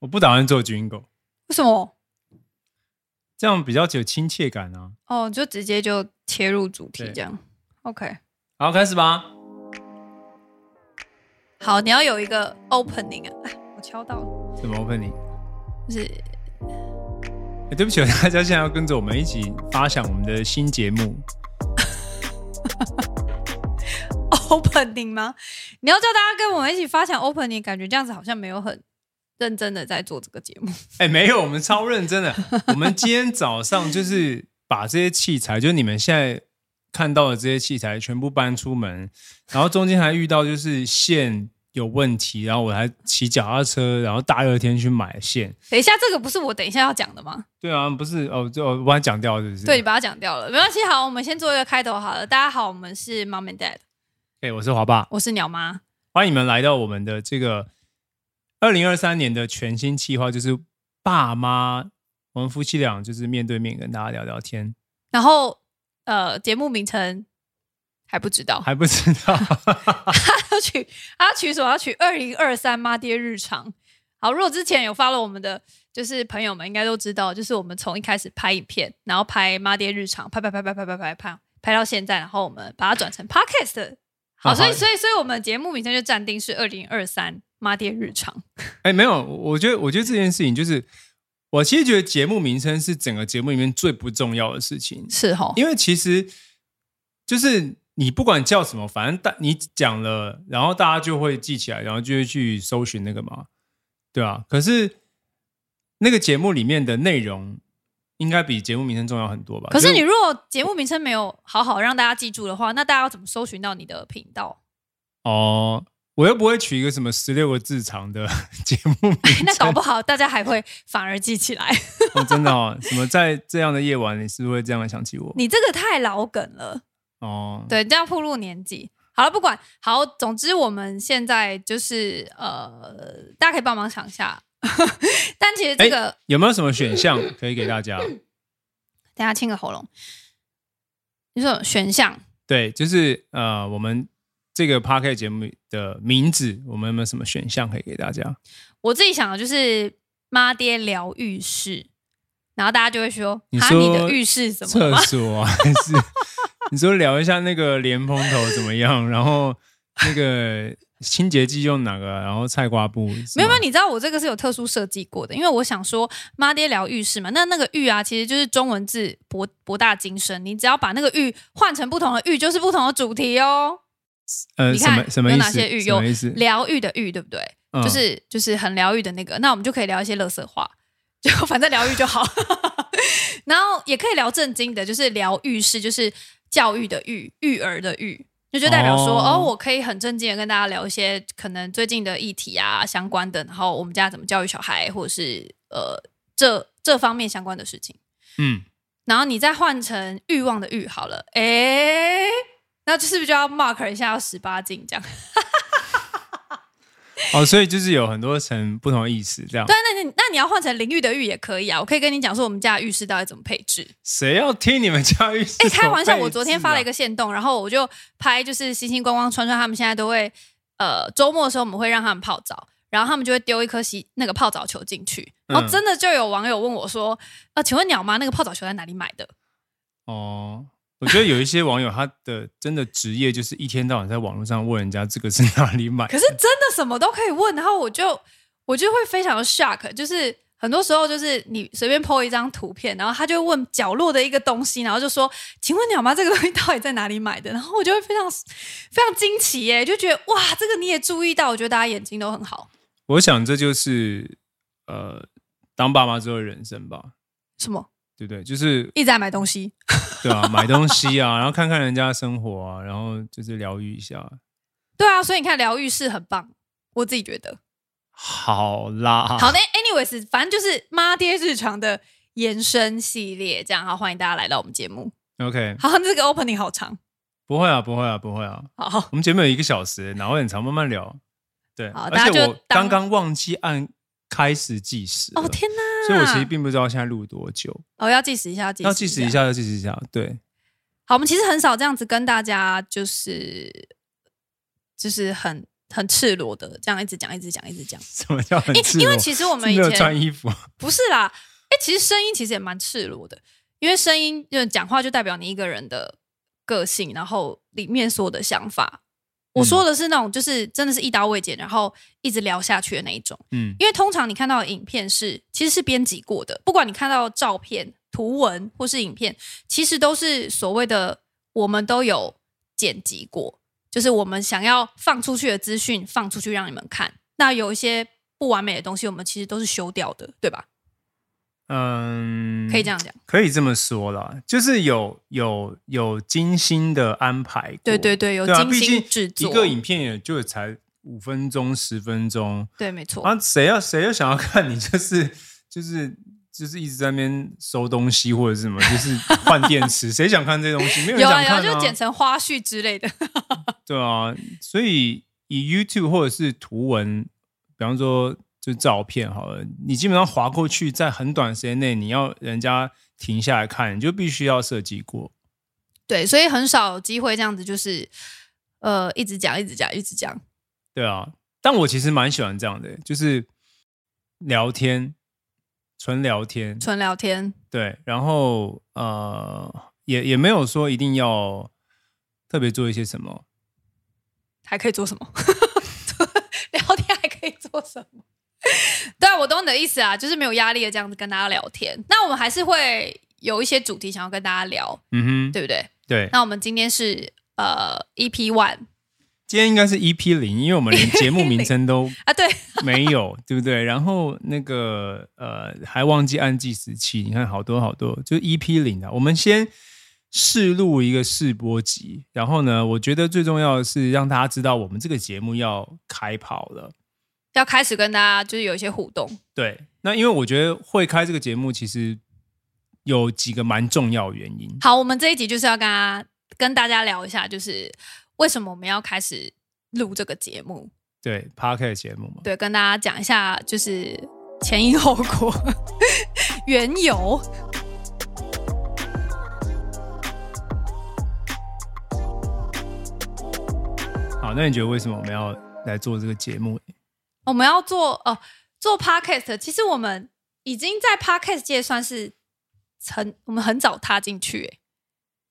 我不打算做军狗，为什么？这样比较有亲切感啊。哦，就直接就切入主题对这样。OK，好，开始吧。好，你要有一个 opening 啊，哎我敲到了，怎么 opening？就是 哎、对不起哦， 大家现在要跟着我们一起发想我们的新节目。 opening 吗？你要叫大家跟我们一起发想 opening，感觉这样子好像没有很认真的在做这个节目。 哎、没有，我们超认真的。我们今天早上就是把这些器材，就是你们现在看到的这些器材全部搬出门，然后中间还遇到就是线有问题，然后我还骑脚踏车，然后大热天去买线。等一下，这个不是我等一下要讲的吗？对啊，不是哦，就哦我把它讲掉了，是不是？对，你把它讲掉了，没关系。好，我们先做一个开头好了。大家好，我们是 Mom and Dad，哎、我是华爸，我是鸟妈。欢迎你们来到我们的这个二零二三年的全新计划，就是爸妈，我们夫妻俩就是面对面跟大家聊聊天，然后呃，节目名称还不知道，还不知道。要取 他要取什么？要取二零二三妈爹日常。好，如果之前有发了我们的，就是朋友们应该都知道，就是我们从一开始拍影片，然后拍妈爹日常，拍拍拍拍拍拍拍拍拍到现在，然后我们把它转成 podcast。好，啊所以好所以所以我们节目名称就暂定是二零二三妈爹日常。哎，没有，我我觉得，我觉得这件事情就是，我其实觉得节目名称是整个节目里面最不重要的事情，是吼，因为其实就是你不管叫什么，反正大你讲了，然后大家就会记起来，然后就会去搜寻那个嘛，对啊。可是那个节目里面的内容，应该比节目名称重要很多吧？可是你就如果节目名称没有好好让大家记住的话，那大家要怎么搜寻到你的频 道？哦。我又不会取一个什么十六个字长的 节目名称，那搞不好大家还会反而记起来。哦真的哦，什么在这样的夜晚，你是不是会这样想起我？你这个太老梗了，哦，对，这样暴露年纪。好了，不管好，总之我们现在就是呃，大家可以帮忙想一下。 但其实这个，有没有什么选项可以给大家？等一下清个喉咙。你说选项对，就是呃，我们这个 p a r k 节目的名字，我们有没有什么选项可以给大家？我自己想的就是妈爹疗愈室，然后大家就会说，你啊，说你的浴室怎么了厕吗？所啊还是 你说聊一下那个莲蓬头怎么样？然后那个清洁剂用哪个？啊然后菜瓜布没有没有，你你知道我这个是有特殊设计过的，因为我想说妈爹聊浴室嘛，那那个浴啊，其实就是中文字博博大精深，你只要把那个浴换成不同的浴，就是不同的主题哦。呃你什看么什么有意哪思？些御什么意思？疗愈的愈，对不对？嗯就是就是很疗愈的那个，那我们就可以聊一些乐色话， 就反正疗愈就好。 然后也可以聊正经的，就是疗愈是就是教育的育，育儿的育，那就代表说哦哦我可以很正经的跟大家聊一些可能最近的议题啊相关的，然后我们家怎么教育小孩，或者是呃这这方面相关的事情。嗯，然后你再换成欲望的欲好了，诶，那就是不是就要 mark 一下要十八禁这样？哦，所以就是有很多层不同的意思，这样对，啊那你那你要换成淋浴的浴也可以啊，我可以跟你讲说我们家的浴室到底怎么配置。谁要听你们教育？哎、开玩笑，我昨天发了一个，个线动，然后我就拍就是星星、光光、川川他们现在都会，呃，周末的时候我们会让他们泡澡，然后他们就会丢一颗洗那个泡澡球进去，然后嗯真的就有网友问我说，呃，请问鸟妈那个泡澡球在哪里买的？哦，我觉得有一些网友他的真的职业就是一天到晚在网络上问人家这个是哪里买的，可是真的什么都可以问，然后我就我就会非常的 shock，就是很多时候就是你随便 po 一张图片，然后他就会问角落的一个东西，然后就说：“请问鸟妈这个东西到底在哪里买的？”然后我就会非常非常惊奇耶，就觉得哇，这个你也注意到，我觉得大家眼睛都很好。我想这就是呃当爸妈之后的人生吧，什么对不对？就是一直在买东西？对啊，买东西啊，然后看看人家的生活啊，然后就是疗愈一下。对啊，所以你看疗愈是很棒，我自己觉得。好啦，好的，anyways，反正就是妈爹日常的延伸系列，这样好，欢迎大家来到我们节目。 ，OK，好，这个 opening 好长，不会啊，不会啊，不会啊，好。我们节目有一个小时，哪会很长？慢慢聊。对，好而大家且就我当刚刚忘记按开始计时了哦天哪！所以我其实并不知道现在录多久，哦要计时一下，要计时一。下，要计时一下，对。好，我们其实很少这样子跟大家就是就是很很赤裸的这样一直讲，一直讲，一直讲。什么叫很赤因裸？因为其实我们是以没有前穿衣服，不是啦，哎、其实声音其实也蛮赤裸的，因为声音就是讲话就代表你一个人的个性，然后里面所有的想法。嗯我说的是那种，就是真的是一刀未剪，然后一直聊下去的那一种。嗯，因为通常你看到的影片是其实是编辑过的，不管你看到照片、图文或是影片，其实都是所谓的我们都有剪辑过，就是我们想要放出去的资讯放出去让你们看。那有一些不完美的东西，我们其实都是修掉的，对吧？嗯，可以这样讲，可以这么说啦，就是有有有精心的安排过，对对对，有对啊，精毕竟心制作，一个影片也就才五分钟十分钟，对，没错，啊，谁要谁要想要看你就是就是就是一直在那边收东西或者是什么，就是换电 池，谁想看这东西？没有人有想啊有看啊，就剪成花絮之类的， 对啊，所以以 YouTube 或者是图文，比方说就照片好了，你基本上划过去，在很短时间内，你要人家停下来看，你就必须要设计过。对，所以很少有机会这样子，就是呃，一直讲，一直讲，一直讲，对啊，但我其实蛮喜欢这样的、欸就是聊天，纯聊天，纯聊天，对，然后呃，也也没有说一定要特别做一些什么，还可以做什么？ 聊天还可以做什么？对啊，我懂你的意思啊，就是没有压力的这样子跟大家聊天。那我们还是会有一些主题想要跟大家聊，嗯哼，对不对？对，那我们今天是呃 EP One 今天应该是 EP 零，因为我们连节目名称都啊，对， 没有，对不对？然后那个呃，还忘记按计时器，你看好多好多，就是 EP 零啊的。我们先试录一个试播集，然后呢，我觉得最重要的是让大家知道我们这个节目要开跑了。要开始跟大家就是有一些互动，对，那因为我觉得会开这个节目，其实有几个蛮重要的原因。好，我们这一集就是要跟大家跟大家聊一下，就是为什么我们要开始录这个节目？对 p a r k 节目嘛，对，跟大家讲一下，就是前因后果、 缘由。好，那你觉得为什么我们要来做这个节目？我们要做哦、呃做 podcast，其实我们已经在 podcast 界算是很我们很早踏进去、欸，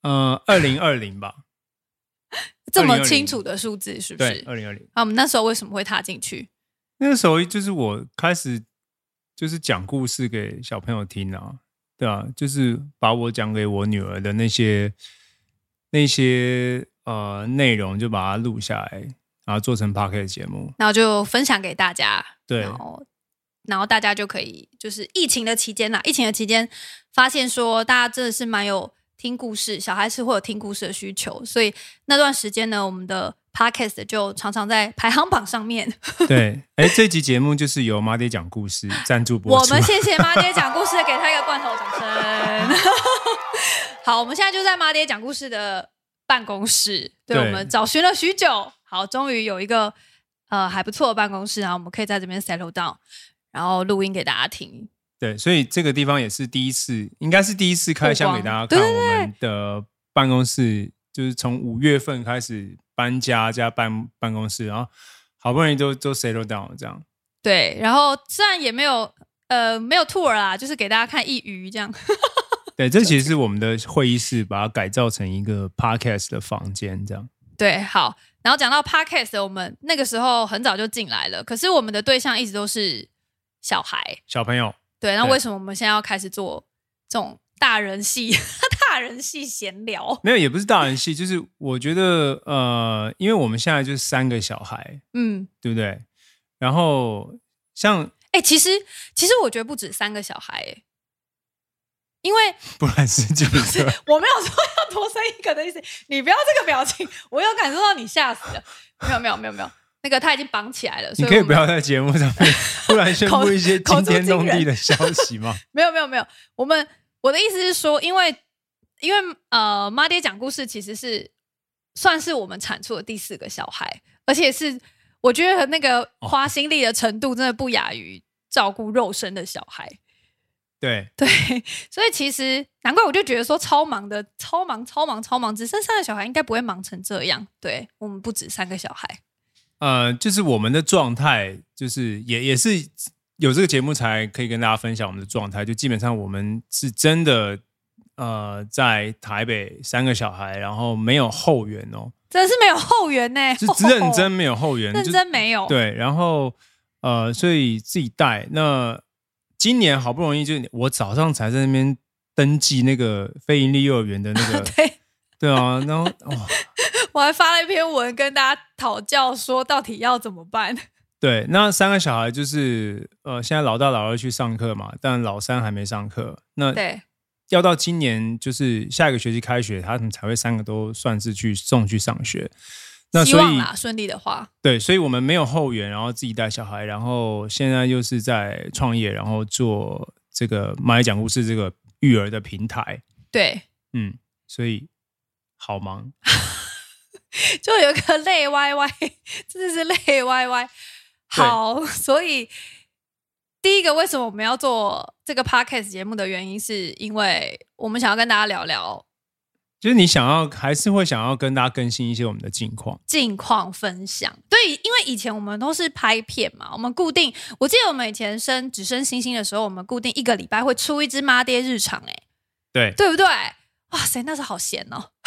呃，二零二零吧，这么2020清楚的数字是不对是，？二零二零啊，我们那时候为什么会踏进去？那个时候，就是我开始就是讲故事给小朋友听啊，对啊，就是把我讲给我女儿的那些那些呃内容，就把它录下来，然后做成 p a r k 节目。然后就分享给大家，对然后然后大家就可以，就是疫情的期间啦，疫情的期间发现说大家真的是蛮有听故事，小孩是会有听故事的需求，所以那段时间呢，我们的 podcast 就常常在排行榜上面。对，哎，这集节目就是由马爹讲故事赞助播我出们。谢谢妈爹讲故事，给他一个罐头掌声。 好，我们现在就在妈爹讲故事的办公室，对对我们找寻了许久，好，终于有一个呃还不错的办公室，然后我们可以在这边 settle down，然后录音给大家听。对，所以这个地方也是第一次，应该是第一次开箱给大家曝光看对对我们的办公室，就是从五月份开始搬家加办办公室，然后好不容易都都 settle down 了这样。对，然后虽然也没有呃没有 tour 啦，就是给大家看一鱼这样。 对，这其实是我们的会议室，把它改造成一个 podcast 的房间，这样。对，好。然后讲到 podcast，我们那个时候很早就进来了，可是我们的对象一直都是小孩，小朋友，对，那对为什么我们现在要开始做这种大人系、 大人系闲聊？没有也不是大人系，就是我觉得呃，因为我们现在就是三个小孩，嗯，对不对？然后像 哎、其实其实我觉得不止三个小孩、欸，因为不然是几 个，我没有说要多生一个的意思，你不要这个表情，我有感受到你吓死了。没有没有没有没有，那个他已经绑起来了，你所以可以我们不要在节目上 面突然宣布一些口口惊出天动惊人地的消息 吗？没有没有没有，我们我的意思是说，因为因为呃，妈爹讲故事其实是算是我们产出的第四个小孩，而且是我觉得那个哦花心力的程度真的不亚于照顾肉身的小孩。 对，对，所以其实难怪我就觉得说超忙的，超忙超忙超忙，只剩三个小孩应该不会忙成这样。对我们不止三个小孩，呃，就是我们的状态，就是也也是有这个节目才可以跟大家分享我们的状态。就基本上我们是真的，呃，在台北三个小孩，然后没有后援哦，真的是没有后援呢、就 只认真没有后援，认就真没有。对，然后呃，所以自己带。那今年好不容易就我早上才在那边登记那个非盈利幼儿园的那 个，对，对啊，然后哇，我还发了一篇文跟大家讨教，说到底要怎么办。对，那三个小孩就是呃，现在老大老二去上课嘛，但老三还没上课。那 对，要到今年就是下一个学期开学，他们才会三个都算是去送去上学。那希所望以啦，顺利的话，对，所以我们没有后援，然后自己带小孩，然后现在又是在创业，然后做这个蚂蚁讲故事这个育儿的平台，对，嗯，所以好忙。就有一个累歪歪， 真的是累歪歪。好，所以第一个为什么我们要做这个 podcast 节目的原因，是因为我们想要跟大家聊聊就是你想要还是会想要跟大家更新一些我们的近况，近况分享。对，因为以前我们都是拍片嘛，我们固定，我记得我们以前生只生星星的时候，我们固定一个礼拜会出一支妈爹日常、欸，哎，对，对不对？哇塞，那是好闲哦！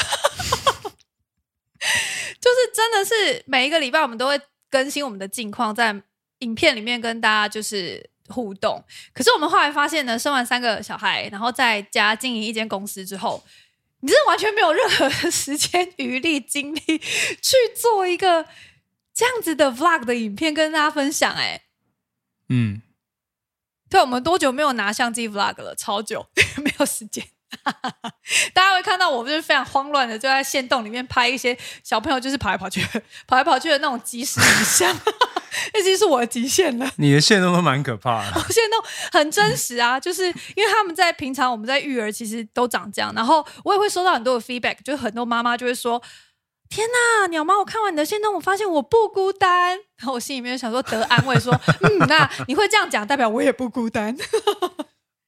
就是真的是每一个礼拜我们都会更新我们的近况，在影片里面跟大家就是互动。可是我们后来发现呢，生完三个小孩，然后在家经营一间公司之后，你真的完全没有任何的时间、 余力、精力去做一个这样子的 vlog 的影片跟大家分享、哎，嗯，对，我们多久没有拿相机 vlog 了？超久， 没有时间。大家会看到我就是非常慌乱的，就在线洞里面拍一些小朋友就是跑来跑去、跑来跑去的那种即时影像， 那已经是我的极限了。 你的线动都蛮可怕的。我现在都很真实啊，就是因为他们在平常我们在育儿，其实都长这样。然后我也会收到很多的 feedback，就是很多妈妈就会说：“天呐，鸟妈，我看完你的线动，我发现我不孤单。” 然后我心里面就想说得安慰说：“嗯，那你会这样讲，代表我也不孤单。”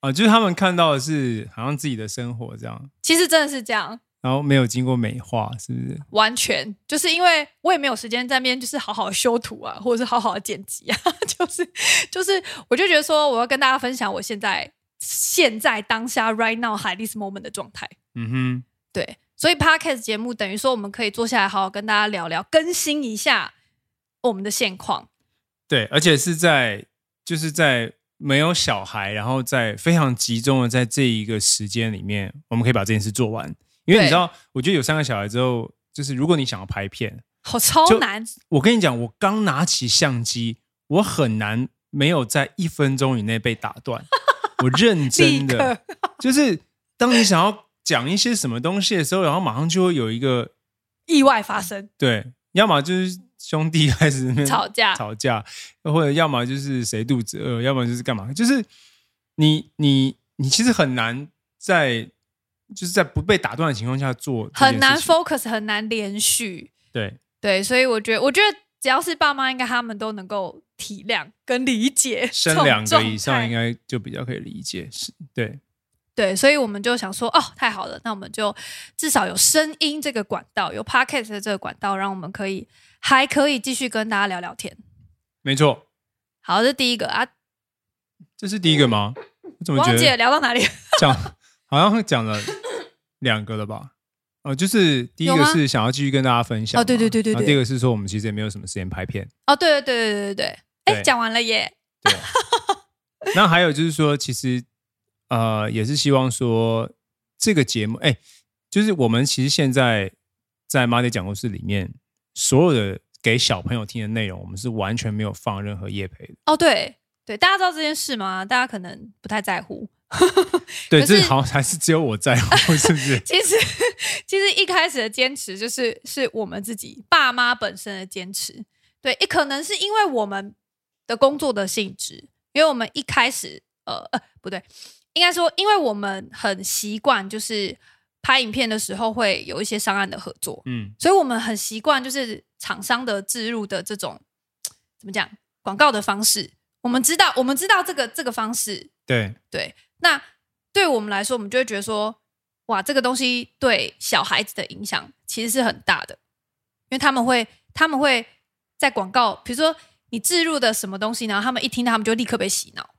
啊，就是他们看到的是好像自己的生活这样，其实真的是这样，然后没有经过美化，是不是？完全就是因为我也没有时间在那边就是好好修图啊，或者是好好的剪辑啊， 就是就是，我就觉得说我要跟大家分享我现在现在当下 right now high this moment 的状态。嗯对，所以 podcast 节目等于说我们可以坐下来好好跟大家聊聊，更新一下我们的现况。哼，对，而且是在就是在没有小孩，然后在非常集中的在这一个时间里面，我们可以把这件事做完。因为对你知道，我觉得有三个小孩之后，就是如果你想要拍片，好超就难，我跟你讲，我刚拿起相机，我很难没有在一分钟以内被打断。我 认立真的刻，就是当你想要讲一些什么东西的时候，然后马上就会有一个意外发生，对，要么就是兄弟开始那边吵架。嗯吵架，或者要么就是谁肚子饿，要么就是干嘛，就是你你你其实很难在就是在不被打断的情况下做这件很难事情 focus，很难连续，对对，所以我觉得，我觉得只要是爸妈，应该他们都能够体谅跟理解 生这种两个状以上态应该就比较可以理解，是对对，所以我们就想说，哦，太好了，那我们就至少有声音这个管道，有 podcast 的这个管道，让我们可以还可以继续跟大家聊聊天。没错，好，这第一个啊，这是第一个吗？我怎么觉忘记了得聊到哪里？讲好像讲了两个了吧？哦，就是第一有个吗是想要继续跟大家分享嘛，哦对对对对然后对第二个是说我们其实也没有什么时间拍片。哦，对对对对对对，哎，对讲完了耶，对。 那还有就是说，其实呃，也是希望说这个节目，哎、就是我们其实现在在妈爹讲故事里面，所有的给小朋友听的内容，我们是完全没有放任何叶培的。哦，对对，大家知道这件事吗？大家可能不太在乎。对，可是这好像还是只有我在乎，是不 是？其实，其实一开始的坚持就是是我们自己爸妈本身的坚持。对，也可能是因为我们的工作的性质，因为我们一开始，呃呃，不对，应该说，因为我们很习惯，就是拍影片的时候会有一些商案的合作，嗯，所以我们很习惯就是厂商的植入的这种怎么讲广告的方式。我们知道，我们知道这个这个方式对，对，那对我们来说，我们就会觉得说，哇，这个东西对小孩子的影响其实是很大的，因为他们会他们会在广告，比如说你置入的什么东西，然后他们一听到，他们就立刻被洗脑。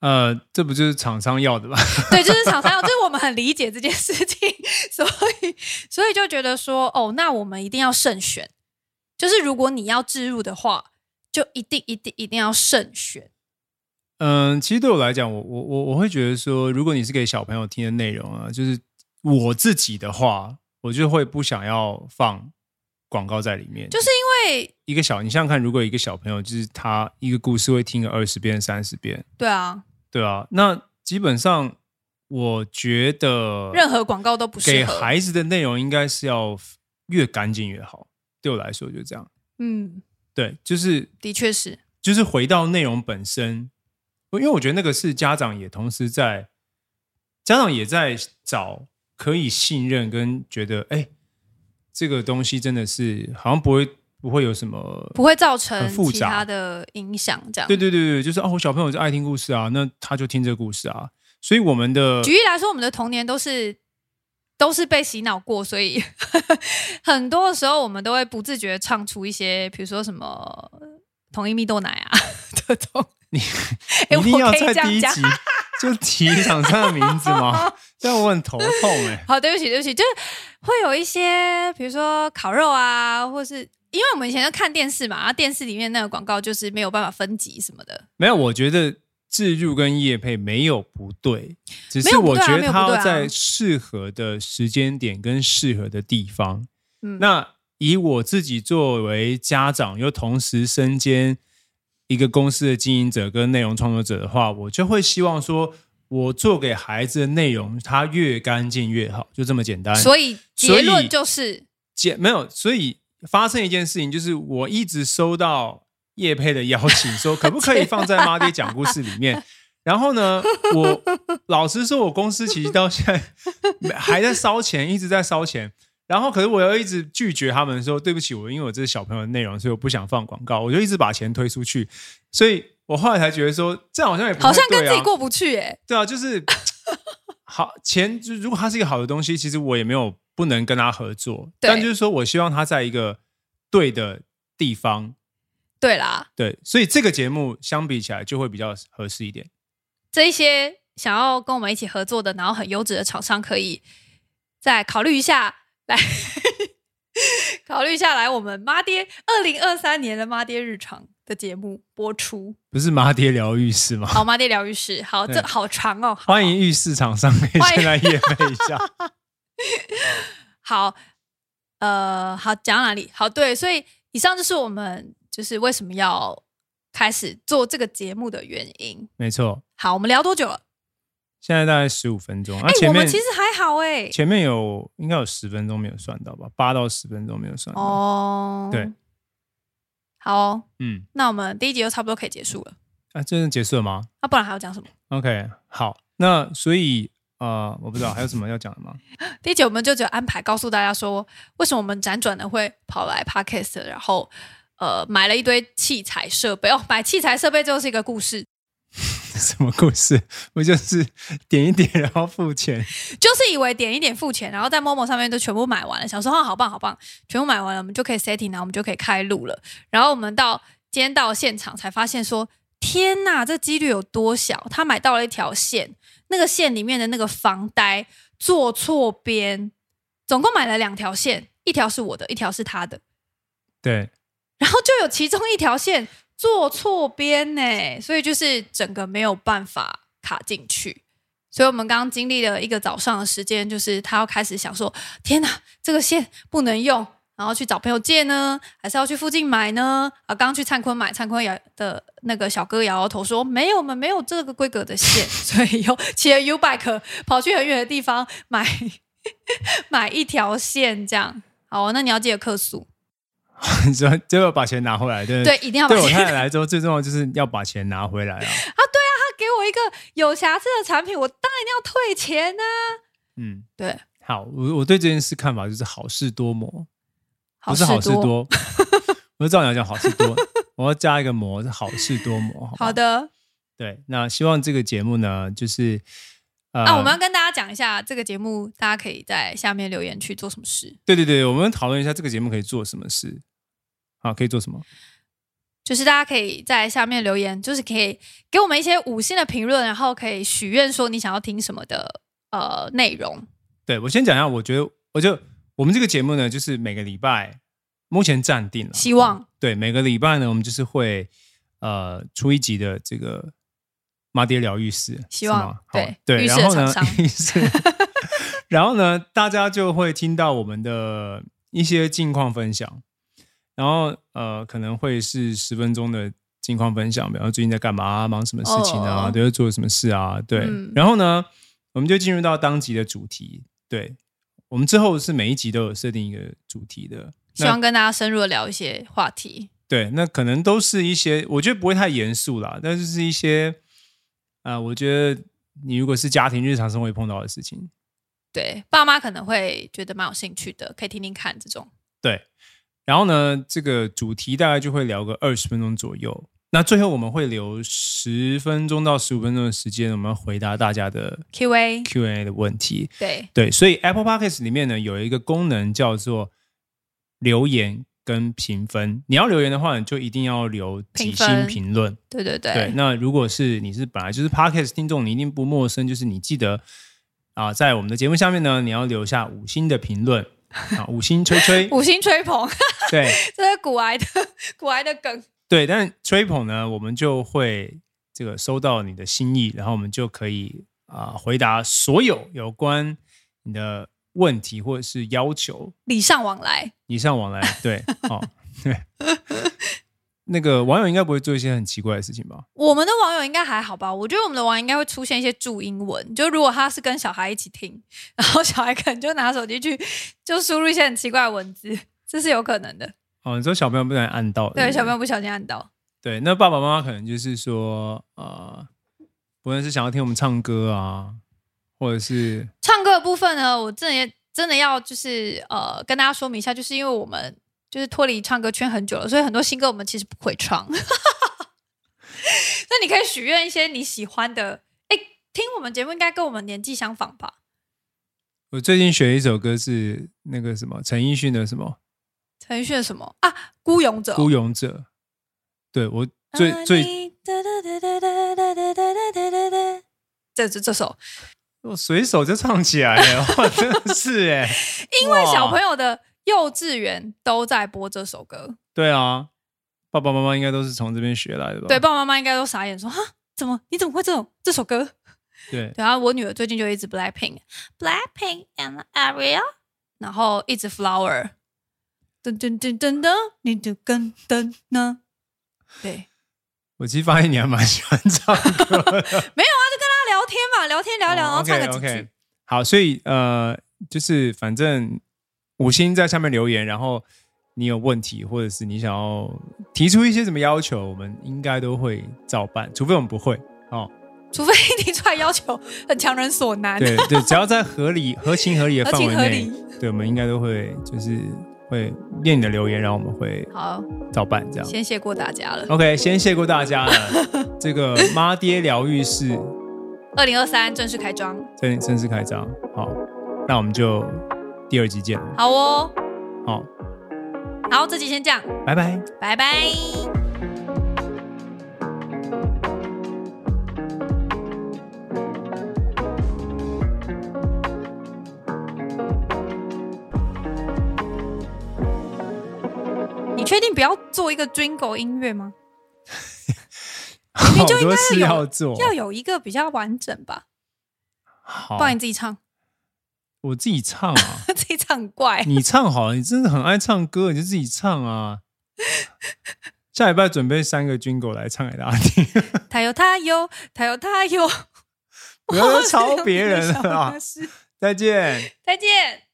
呃，这不就是厂商要的吧？对，就是厂商要，就是我们很理解这件事情，所以所以就觉得说，哦，那我们一定要慎选，就是如果你要置入的话，就一定一定一定要慎选。嗯，其实对我来讲，我我我我会觉得说，如果你是给小朋友听的内容啊，就是我自己的话，我就会不想要放广告在里面。就是因为一个小，你想想看，如果一个小朋友就是他一个故事会听个二十遍、三十遍，对啊，对啊，那基本上我觉得任何广告都不给适合。孩子的内容应该是要越干净越好。对我来说就这样，嗯，对，就是的确是，就是回到内容本身，因为我觉得那个是家长也同时在，家长也在找可以信任跟觉得，哎、这个东西真的是好像不会不会有什么，不会造成很复其杂他的影响。这样，对对对对，就是哦，我小朋友就爱听故事啊，那他就听这个故事啊，所以我们的举例来说，我们的童年都是都是被洗脑过，所以 很多时候我们都会不自觉唱出一些，比如说什么“同一蜜豆奶”啊 这种。 哎一定要我可以在这样第一讲集就提厂商的名字 吗？这样我很头痛哎、好，对不起，对不起，就是会有一些，比如说烤肉啊，或是因为我们以前都看电视嘛，然后电视里面那个广告就是没有办法分级什么的，没有，我觉得置入跟业配没有不对，只没是有不我对啊觉没得有不它对要啊在适合的时间点跟适合的地方。嗯那以我自己作为家长，又同时身兼一个公司的经营者跟内容创作者的话，我就会希望说，我做给孩子的内容，它越干净越好，就这么简单。所以哎所结以论就是姐没有，所以发生一件事情，就是我一直收到叶佩的邀请，说可不可以放 在妈爹讲故事里面。然后呢，我老实说，我公司其实到现在还在烧钱，一直在烧钱。然后，可是我又一直拒绝他们说对不起，我因为我这是小朋友的内容，所以我不想放广告，我就一直把钱推出去。所以我后来才觉得说，这样好像也不太好像跟对自己啊过不去、欸，哎，对啊，就是 好钱，就如果它是一个好的东西，其实我也没有不能跟他合作，对但就是说我希望他在一个对的地方，对啦，对，所以这个节目相比起来就会比较合适一点。这一些想要跟我们一起合作的，然后很优质的厂商，可以再考虑一下来。 考虑一下来，我们妈爹二零二三年的妈爹日常的节目播出，不是麻爹疗愈室吗？好妈爹疗愈室，好这对好长哦，好欢迎浴室厂商可以欢迎先来夜配一下。 好，呃，好，讲到哪里？好，对，所以以上就是我们就是为什么要开始做这个节目的原因。没错，好，我们聊多久了？现在大概十五分钟，啊哎、前我面们其实还好哎、前面有应该有十分钟没有算到吧，八到十分钟没有算到。哦，嗯对，好哦、嗯，那我们第一集就差不多可以结束了。啊，真的结束了吗？那、啊不然还要讲什么？ OK，好，那所以呃，我不知道还有什么要讲的吗？第一集我们就只有安排告诉大家说，为什么我们辗转的会跑来 podcast，然后呃买了一堆器材设备哦，买器材设备就是一个故事， 什么故事？ 不就是点一点然后付钱？就是以为点一点付钱，然后在 Momo 上面都全部买完了，想说哦，好棒好棒，全部买完了，我们就可以 setting，然后我们就可以开录了。然后我们到今天到现场才发现说，天呐，这几率有多小？他买到了一条线，那个线里面的那个房呆做错边，总共买了两条线，一条是我的，一条是他的，对， 然后就有其中一条线做错边呢，所以就是整个没有办法卡进去。所以我们刚刚经历了一个早上的时间，就是他要开始想说：天哪，这个线不能用，然后去找朋友借呢，还是要去附近买呢？啊，刚刚去灿坤买，灿坤摇的那个小哥摇摇头说：没有，我们没有这个规格的线， 所以又骑了 U bike 跑去很远的地方买 买一条线，这样。好，那你要记得客诉，你说最后把钱拿回来，对不对，一定要把对我钱太太来说，最重要就是要把钱拿回来啊。给我一个有瑕疵的产品，我当然一定要退钱啊呐、嗯，对，好，我我对这件事看法就是好事多磨，好不是好事多。多， 我就照你来讲好事多，我要加一个磨是好事多磨。好吧好，的，对，那希望这个节目呢，就是呃，啊，我们要跟大家讲一下这个节目，大家可以在下面留言去做什么事。对对对，我们讨论一下这个节目可以做什么事。好，可以做什么？就是大家可以在下面留言，就是可以给我们一些五星的评论，然后可以许愿说你想要听什么的呃内容。对我先讲一下，我觉得我就我们这个节目呢，就是每个礼拜目前暂定了，希望对每个礼拜呢，我们就是会呃出一集的这个妈爹疗愈室，希望是吗好对对，浴室然的后呢厂，商 浴室然后呢，大家就会听到我们的一些近况分享，然后呃可能会是十分钟的近况分享，比方说最近在干嘛、啊、忙什么事情啊，哦都、在做什么事啊，对，嗯然后呢，我们就进入到当集的主题，对。我们之后是每一集都有设定一个主题的，希望跟大家深入的聊一些话题。对，那可能都是一些，我觉得不会太严肃啦，但就是一些，啊、我觉得你如果是家庭日常生活会碰到的事情，对，爸妈可能会觉得蛮有兴趣的，可以听听看这种。对。然后呢，这个主题大概就会聊个二十分钟左右。那最后我们会留十分钟到十五分钟的时间，我们要回答大家的 Q&A， Q&A 的问题。对，对，所以 Apple Podcast 里面呢有一个功能叫做留言跟评分。你要留言的话，你就一定要留几评分星评论。对对对，，对，那如果是你是本来就是 podcast 听众，你一定不陌生，就是你记得啊、在我们的节目下面呢，你要留下五星的评论啊，五星吹吹五星吹捧， 对这是古癌的 古癌的梗。对，但吹捧呢，我们就会这个收到你的心意，然后我们就可以啊、回答所有有关你的问题或者是要求，礼尚往来，以上往来，对，好、哦，对，那个网友应该不会做一些很奇怪的事情吧？我们的网友应该还好吧？我觉得我们的网友应该会出现一些注英文，就如果他是跟小孩一起听，然后小孩可能就拿手机去就输入一些很奇怪的文字，这是有可能的。哦，你说小朋友不能按到，对，不小朋友不小心按到，对，那爸爸妈妈可能就是说，呃，不论是想要听我们唱歌啊，或者是唱歌的部分呢，我真的也真的要就是呃跟大家说明一下，就是因为我们就是脱离唱歌圈很久了，所以很多新歌我们其实不会唱。 那你可以许愿一些你喜欢的，哎，听我们节目应该跟我们年纪相仿吧？我最近学一首歌是那个什么陈奕迅的什么陈奕迅的什么啊？孤勇者《哦、孤勇者》对我最、啊最这这这首，我随手就唱起来了，哇，真的是哎，因为小朋友友的幼稚园都在播这首歌，对啊，爸爸妈妈应该都是从这边学来的吧？对，爸爸妈妈应该都傻眼说哈，怎么你怎么会这种这首歌？对然后我女儿最近就一直 Blackpink Blackpink and Ariel，然后一直 Flower，噔噔噔噔噔，你就跟噔呢？对，我其实发现你还蛮喜欢唱歌的，啊大家聊天嘛，聊天聊一哦聊，然后唱个几 o k o 句 k。好，所以呃，就是反正五星在下面留言，然后你有问题或者是你想要提出一些什么要求，我们应该都会照办，除非我们不会哦。除非 你提出来要求很强人所难，对对，只要在合理、 合情合理的合范情围合内理，对，我们应该都会就是会念你的留言，然后我们会好，照办这样。先谢过大家了。 OK，先谢过大家了。这个妈爹疗愈室二零二三正式开张，正正式开张，好，那我们就第二集见了。好哦，好，好，这集先这样，拜拜。拜拜。你确定不要做一个 Jingle 音乐吗？好就应多该事要有要做，要有一个比较完整吧，好不，然你自己唱，我自己唱啊， 自己唱很怪。你唱好了，你真的很爱唱歌，你就自己唱啊。下礼拜准备三个军狗来唱给大 家听，他有他有他有他有，不要再抄别人了啊哦！是再见。再见。